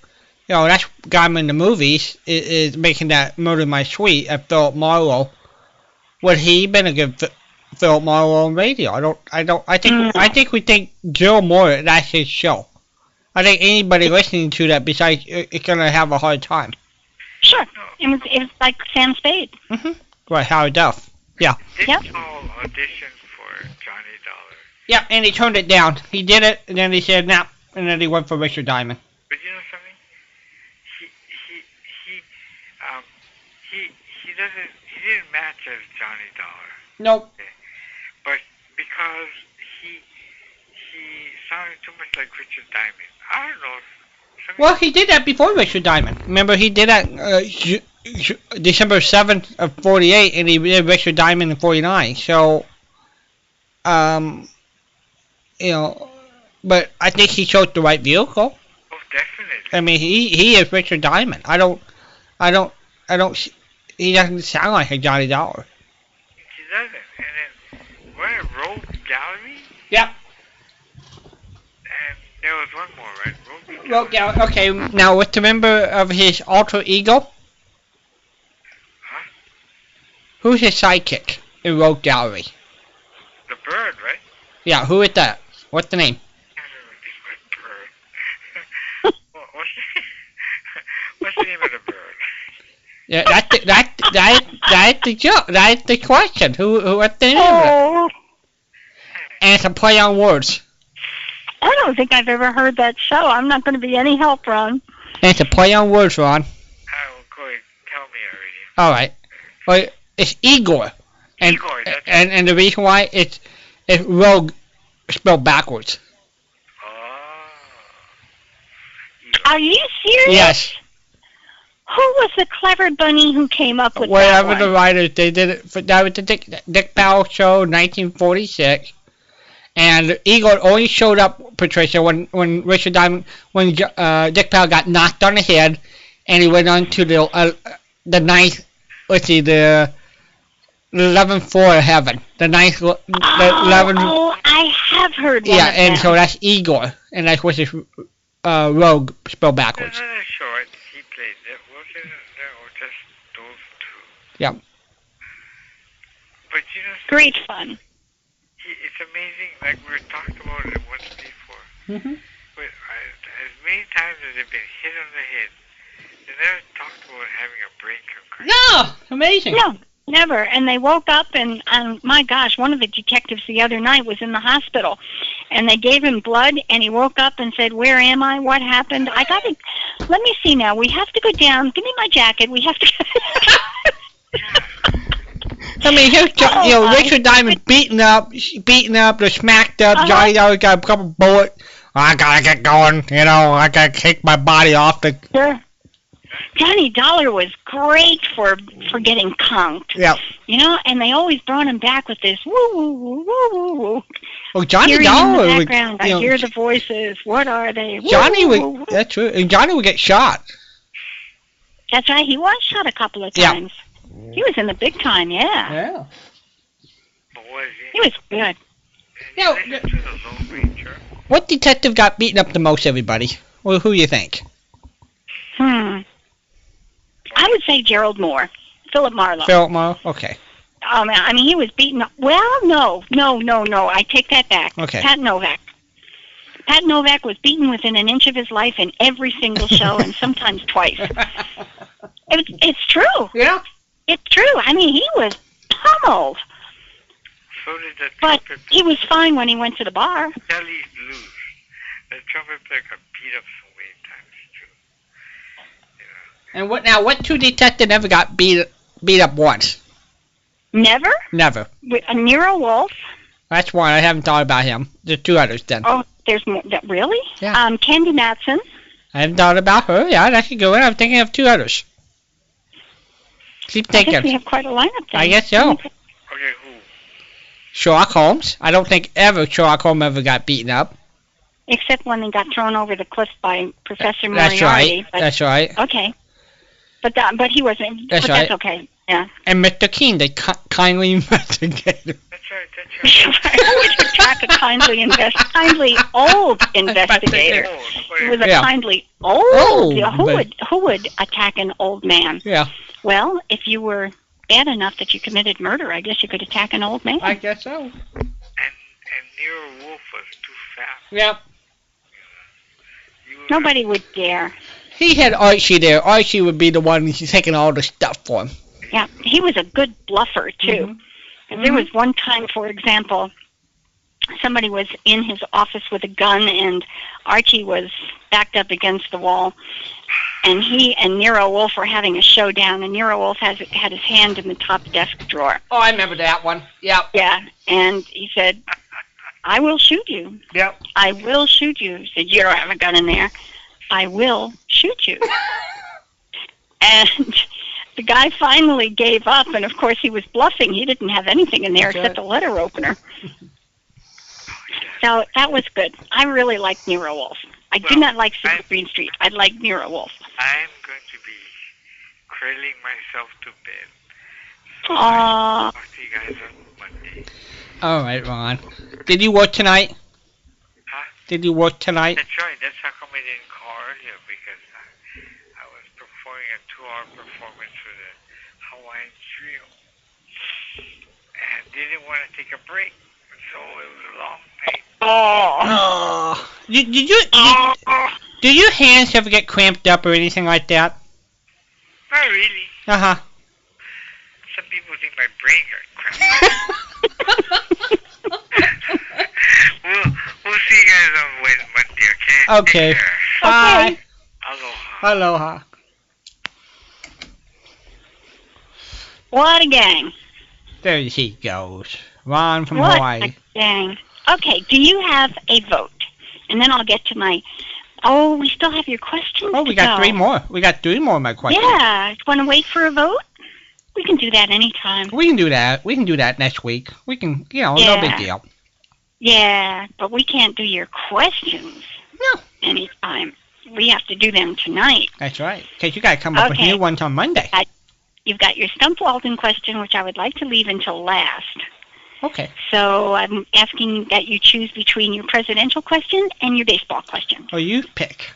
Speaker 2: You know, that's got him in the movies, is, is making that Murder My Sweet at Philip Marlowe. Would he been a good Ph- Philip Marlowe on radio? I don't, I don't, I think,
Speaker 3: Mm.
Speaker 2: I think we think Joe Moore, that's his show. I think anybody listening to that besides, i- is going to have a hard time.
Speaker 3: sure,
Speaker 4: No.
Speaker 3: it was it was like Sam Spade.
Speaker 2: Mm-hmm. Right, Howard Duff.
Speaker 4: Dick
Speaker 3: Yep.
Speaker 4: Powell auditioned for Johnny Dollar.
Speaker 2: Yep, and he turned it down. He did it, and then he said, nah, and then he went for Richard Diamond.
Speaker 4: But you know something? He he he um he he doesn't he didn't match as Johnny Dollar
Speaker 2: Nope.
Speaker 4: because he he sounded too much like Richard Diamond. I don't know. Something
Speaker 2: Well, he did that before Richard Diamond. Remember, he did that uh, Ju- Ju- December 7th of 48, and he did Richard Diamond in 49. So, um, you know, but I think he chose the right vehicle.
Speaker 4: oh, definitely.
Speaker 2: I mean, he, he is Richard Diamond. I don't, I don't, I don't, s- he doesn't sound like a Johnny Dollar.
Speaker 4: He doesn't. And then what a rogue gallery.
Speaker 2: Yep.
Speaker 4: And there was one more, right? Rogue
Speaker 2: Well, yeah, okay, now what's the member of his alter ego? Who's his sidekick in Rogue Gallery?
Speaker 4: The bird, right?
Speaker 2: Yeah, who is that? What's the name?
Speaker 4: bird. What- what's, the, what's the name of the bird?
Speaker 2: Yeah, that that that that's the joke. That's the question. Who who what's the name of it?
Speaker 3: Oh,
Speaker 2: And it's a play on words.
Speaker 3: I don't think I've ever heard that show. I'm not going to be any help, Ron.
Speaker 2: And it's a play on words, Ron.
Speaker 4: Oh, good. Tell me already.
Speaker 2: All right. Well, it's Igor. And,
Speaker 4: Igor, that's
Speaker 2: and and the reason why it's it's rogue spelled backwards.
Speaker 4: Oh.
Speaker 3: Are you serious?
Speaker 2: Yes.
Speaker 3: Who was the clever bunny who came up with that
Speaker 2: Whatever
Speaker 3: one?
Speaker 2: the writers they did it for that was the Dick Dick Powell show, 1946. And Igor only showed up, Patricia, when when Richard Diamond when uh, Dick Powell got knocked on the head, and he went on to the uh, the ninth, let's see, the eleventh floor of heaven, the ninth, the
Speaker 3: oh,
Speaker 2: eleventh,
Speaker 3: oh, I have heard one
Speaker 2: yeah,
Speaker 3: of
Speaker 2: and
Speaker 3: them.
Speaker 2: so that's Igor, and that's what's his uh, rogue spelled backwards.
Speaker 4: Another short he played. That wasn't that was just those two.
Speaker 2: Yeah.
Speaker 4: But you know,
Speaker 3: Great fun.
Speaker 4: he, it's amazing. Like we were talking about it once before.
Speaker 2: Mm-hmm.
Speaker 4: But I, as many times as they've been hit on the head, they never talked about having a brain concussion.
Speaker 2: No, amazing.
Speaker 3: No, never. And they woke up, and um, my gosh, one of the detectives the other night was in the hospital, and they gave him blood, and he woke up and said, "Where am I? What happened? I got to. Let me see now. We have to go down. Give me my jacket. We have to."
Speaker 2: I mean, here's Jo-
Speaker 3: Oh,
Speaker 2: you know
Speaker 3: my
Speaker 2: Richard Diamond beaten up, beaten up, they're smacked up.
Speaker 3: Uh-huh.
Speaker 2: Johnny Dollar got a couple bullets. I gotta get going, you know. I gotta kick my body off the.
Speaker 3: Sure. Johnny Dollar was great for for getting conked,
Speaker 2: Yeah.
Speaker 3: you know, and they always brought him back with this woo woo woo woo woo woo.
Speaker 2: Well, Johnny
Speaker 3: Hearing in
Speaker 2: Dollar
Speaker 3: the
Speaker 2: would,
Speaker 3: background,
Speaker 2: you
Speaker 3: I
Speaker 2: know,
Speaker 3: hear the voices. What are they? Woo,
Speaker 2: Johnny
Speaker 3: woo, woo, woo.
Speaker 2: would. That's true. And Johnny would get shot.
Speaker 3: That's right. He was shot a couple of
Speaker 2: Yeah.
Speaker 3: times. He was in the big time. Yeah.
Speaker 2: Yeah.
Speaker 4: But was
Speaker 3: He was good.
Speaker 2: Yeah,
Speaker 4: eh? Listen to the Lone Ranger.
Speaker 2: What detective got beaten up the most? Everybody. Well, who you think?
Speaker 3: Hmm. I would say Gerald Moore. Philip Marlowe.
Speaker 2: Philip Marlowe? Okay.
Speaker 3: Oh man, I mean he was beaten up. Well, no, no, no, no. I take that back.
Speaker 2: Okay.
Speaker 3: Pat Novak. Pat Novak was beaten within an inch of his life in every single show, and sometimes twice. It's it's true.
Speaker 2: yeah.
Speaker 3: It's true. I mean, he was pummeled,
Speaker 4: So did the
Speaker 3: but
Speaker 4: trumpet
Speaker 3: he was fine when he went to the bar.
Speaker 4: Kelly's blues. The trumpet player got beat up so many times too.
Speaker 2: And what now? What two detective never got beat beat up once?
Speaker 3: Never.
Speaker 2: Never.
Speaker 3: With uh, Nero Wolf.
Speaker 2: That's one. I haven't thought about him. There's two others then.
Speaker 3: Oh, there's more. That, really?
Speaker 2: Yeah.
Speaker 3: Um, Candy Matson.
Speaker 2: I haven't thought about her. Yeah, that could go in. I'm thinking of two others. Keep
Speaker 3: I guess we
Speaker 2: thinking.
Speaker 3: have quite a lineup. Then.
Speaker 2: I guess so.
Speaker 4: Okay, who?
Speaker 2: Sherlock Holmes. I don't think ever Sherlock Holmes ever got beaten up.
Speaker 3: Except when they got thrown over the cliff by Professor
Speaker 2: That's
Speaker 3: Moriarty.
Speaker 2: right.
Speaker 3: But,
Speaker 2: That's right.
Speaker 3: okay. But that, but he wasn't.
Speaker 2: That's
Speaker 3: but
Speaker 2: right.
Speaker 3: that's okay. Yeah.
Speaker 2: And Mr. Keene, the ki- kindly investigator.
Speaker 4: That's right, that's
Speaker 3: Which
Speaker 4: right.
Speaker 3: was not a kindly invest, kindly old investigator.
Speaker 4: Oh,
Speaker 3: He
Speaker 4: nobody
Speaker 3: was a
Speaker 2: Yeah.
Speaker 3: kindly old.
Speaker 2: Old,
Speaker 3: yeah, who
Speaker 2: but-
Speaker 3: would who would attack an old man?
Speaker 2: Yeah,
Speaker 3: Well, if you were bad enough that you committed murder, I guess you could attack an old man.
Speaker 2: I guess so.
Speaker 4: and and Nero Wolf was too fat.
Speaker 2: Yeah.
Speaker 4: You were
Speaker 3: Nobody would dare.
Speaker 2: He had Archie there. Archie would be the one who's taking all the stuff for him.
Speaker 3: Yeah, he was a good bluffer too.
Speaker 2: Mm-hmm.
Speaker 3: And There was one time, for example, somebody was in his office with a gun, and Archie was backed up against the wall, and he and Nero Wolf were having a showdown, and Nero Wolf has had his hand in the top desk drawer.
Speaker 2: Oh, I remember that one. Yeah.
Speaker 3: Yeah, and he said, "I will shoot you.
Speaker 2: Yep.
Speaker 3: I will shoot you." He said, "You don't have a gun in there. I will shoot you." and the guy finally gave up, and of course he was bluffing. He didn't have anything in there
Speaker 2: That's
Speaker 3: except
Speaker 2: right.
Speaker 3: a letter opener. So that was good. I really liked Nero Wolf. I do
Speaker 4: Well,
Speaker 3: not like Super
Speaker 4: I-
Speaker 3: Green Street. I like Nero Wolf.
Speaker 4: I'm going to be curling myself to bed. So I'll
Speaker 3: Uh,
Speaker 4: talk to you guys on Monday.
Speaker 2: All right, Ron. Did you work tonight?
Speaker 4: Huh?
Speaker 2: Did you work tonight?
Speaker 4: That's right. That's how come I didn't call earlier because I, I was performing a two-hour performance for the Hawaiian Trio, and they didn't want to take a break, so it was a long night.
Speaker 3: oh.
Speaker 2: Oh. Did, did you did, did your hands ever get cramped up or anything like that?
Speaker 4: Not really.
Speaker 2: Uh huh.
Speaker 4: Some people think my brain got cracked. we'll we'll see you guys on Wed- Monday, okay? Take
Speaker 2: Okay.
Speaker 4: care.
Speaker 2: Bye.
Speaker 4: Aloha.
Speaker 2: Aloha.
Speaker 3: What a gang.
Speaker 2: There he goes. Ron from
Speaker 3: what
Speaker 2: Hawaii.
Speaker 3: a gang. Okay, do you have a vote? And then I'll get to my. Oh, we still have your questions.
Speaker 2: Oh, we
Speaker 3: to
Speaker 2: got
Speaker 3: go.
Speaker 2: three more. We got three more of my questions.
Speaker 3: Yeah, want to wait for a vote? We can do that anytime.
Speaker 2: We can do that. We can do that next week. We can, you know, no big
Speaker 3: Yeah.
Speaker 2: deal.
Speaker 3: Yeah, but we can't do your questions.
Speaker 2: No.
Speaker 3: Anytime. We have to do them tonight.
Speaker 2: That's right. Because you got to come up with
Speaker 3: Okay.
Speaker 2: new ones on Monday.
Speaker 3: You've got your Stump Walton question, which I would like to leave until last.
Speaker 2: Okay.
Speaker 3: So I'm asking that you choose between your presidential question and your baseball question.
Speaker 2: Well, you pick.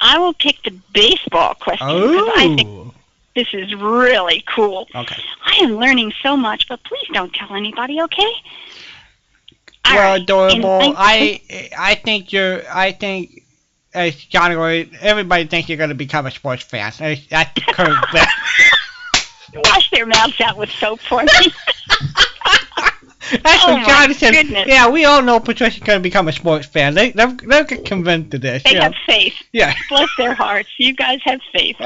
Speaker 3: I will pick the baseball question because I think
Speaker 2: Oh.
Speaker 3: this is really cool.
Speaker 2: Okay.
Speaker 3: I am learning so much, but please don't tell anybody, okay? All
Speaker 2: well,
Speaker 3: right.
Speaker 2: adorable.
Speaker 3: And
Speaker 2: I I think you're. I think as category, everybody thinks you're going to become a sports fan. Uh, That's that's the current bet.
Speaker 3: Wash their mouths out with soap for me.
Speaker 2: That's
Speaker 3: Oh
Speaker 2: what
Speaker 3: my
Speaker 2: Johnny said.
Speaker 3: goodness.
Speaker 2: Yeah, we all know Patricia's going to become a sports fan. They they'll, they'll get convinced of this.
Speaker 3: They
Speaker 2: yeah.
Speaker 3: have faith.
Speaker 2: yeah.
Speaker 3: Bless their hearts. You guys have faith.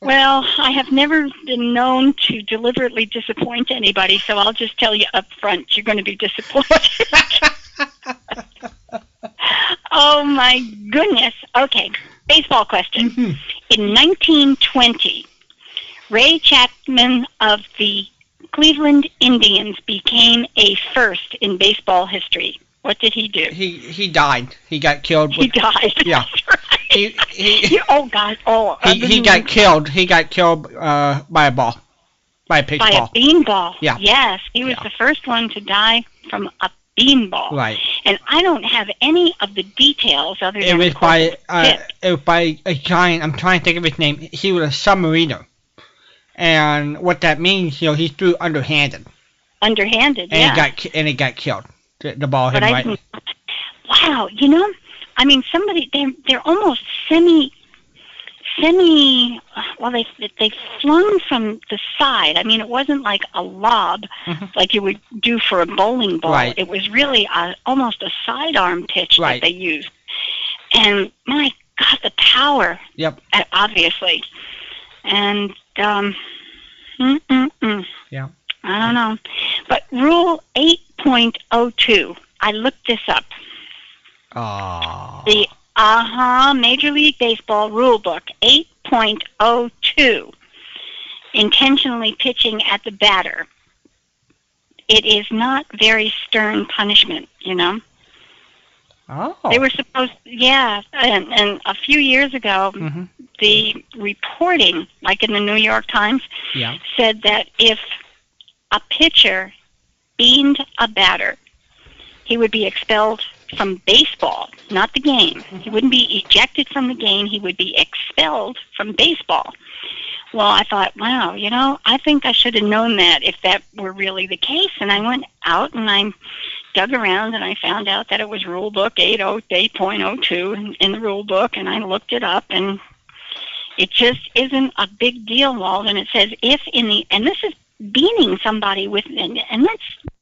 Speaker 3: Well, I have never been known to deliberately disappoint anybody, so I'll just tell you up front, you're going to be disappointed. oh my goodness. Okay, baseball question.
Speaker 2: Mhm.
Speaker 3: In 1920, Ray Chapman of the Cleveland Indians became a first in baseball history. What did he do?
Speaker 2: he he died. He got killed.
Speaker 3: He
Speaker 2: With,
Speaker 3: died.
Speaker 2: Yeah.
Speaker 3: That's
Speaker 2: he
Speaker 3: right.
Speaker 2: he,
Speaker 3: oh God! Oh,
Speaker 2: he, he got killed. He got killed uh, by a ball, by a pitch
Speaker 3: by
Speaker 2: ball.
Speaker 3: a bean ball.
Speaker 2: Yeah.
Speaker 3: Yes, he was
Speaker 2: Yeah.
Speaker 3: the first one to die from a bean ball.
Speaker 2: Right.
Speaker 3: And I don't have any of the details other
Speaker 2: It
Speaker 3: than
Speaker 2: was
Speaker 3: of course,
Speaker 2: by
Speaker 3: it was
Speaker 2: uh,
Speaker 3: hit.
Speaker 2: it was by a giant. I'm trying to think of his name. He was a submariner. and what that means, you know, he threw underhanded,
Speaker 3: underhanded.
Speaker 2: and
Speaker 3: yeah.
Speaker 2: it got ki- and it got killed. The, the ball hit him
Speaker 3: but I
Speaker 2: right.
Speaker 3: didn't. Wow, you know, I mean, somebody they're they're almost semi semi well they they flung from the side i mean it wasn't like a lob
Speaker 2: Mhm.
Speaker 3: like you would do for a bowling ball
Speaker 2: Right.
Speaker 3: it was really a, almost a sidearm pitch
Speaker 2: Right.
Speaker 3: that they used and my god the power
Speaker 2: Yep.
Speaker 3: uh, obviously and um mm, mm, mm.
Speaker 2: Yeah.
Speaker 3: i don't know but rule 8.02 i looked this up
Speaker 2: Aw.
Speaker 3: the uh-huh major league baseball rule book 8.02 intentionally pitching at the batter it is not very stern punishment you know
Speaker 2: Oh.
Speaker 3: they were supposed yeah and, and a few years ago
Speaker 2: hmm
Speaker 3: the reporting like in the new york times
Speaker 2: Yeah.
Speaker 3: said that if a pitcher beamed a batter, he would be expelled from baseball, not the game. He wouldn't be ejected from the game, he would be expelled from baseball. Well, I thought, wow, you know, I think I should have known that if that were really the case. And I went out and I dug around and I found out that it was rule book 80 8.02 in, in the rule book and I looked it up and it just isn't a big deal, Walden. It says if in the and this is beating somebody with and, and that's